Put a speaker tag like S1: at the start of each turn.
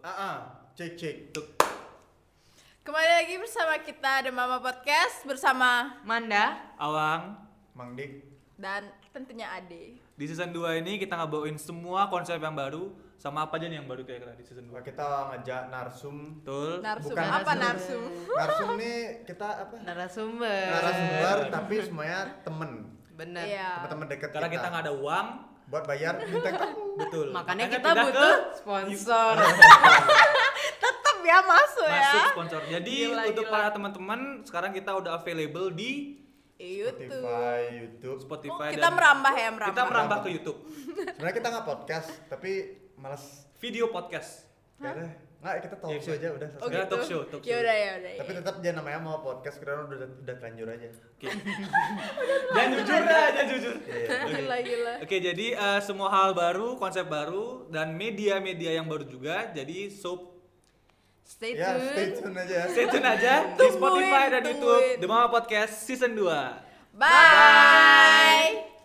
S1: Ah, Cek cek. Tuk.
S2: Kembali lagi bersama kita The Mama Podcast bersama
S3: Manda,
S4: Awang,
S1: Mang Dik.
S2: dan tentunya Ade.
S4: di season 2 ini kita ngebawain semua konsep yang baru sama apa aja nih yang baru kira-kira di season 2.
S1: Kita ngajak narsum.
S4: Betul.
S2: Narsum
S1: Bukan
S2: apa
S3: narsum.
S2: narsum?
S1: Narsum nih kita apa?
S3: narasumber.
S1: Narasumber tapi semuanya temen.
S3: Bener.
S2: Iya.
S1: Teman-teman dekat
S4: Ya. Karena kita nggak ada uang,
S1: buat bayar bintang tamu.
S4: betul.
S3: Makanya
S4: Makanya
S3: kita
S4: pindah ke
S3: butuh sponsor.
S2: Tetap ya masuk ya.
S4: masuk sponsor. Jadi
S3: Gila,
S4: untuk
S3: gila.
S4: para teman-teman sekarang kita udah available di
S2: YouTube.
S1: Spotify, YouTube.
S2: Oh,
S4: Spotify
S2: Iya, kita
S4: dan
S2: merambah ya merambah.
S4: kita merambah ke YouTube.
S1: Sebenarnya kita nggak podcast tapi malas.
S4: Video podcast.
S1: Karena nggak kita talk
S4: Iya,
S1: show
S4: iya.
S1: aja udah. selesai.
S2: Oh
S4: Oke. Ya,
S2: gitu.
S4: talk show, talk show.
S2: Ya udah ya udah.
S1: Tapi
S2: ya.
S1: tetap jangan namanya mau podcast karena udah udah terlanjur aja.
S4: Oke. jangan jujur lah, jangan jujur.
S2: Gila gila.
S4: Oke, jadi eh, semua hal baru, konsep baru dan media-media yang baru juga. Jadi so
S3: Stay
S1: Ya, stay
S3: tune.
S1: tune aja.
S4: stay tune aja di
S2: Tungguin,
S4: Spotify dan YouTube
S2: tungguin.
S4: The Mama Podcast season 2.
S2: Bye.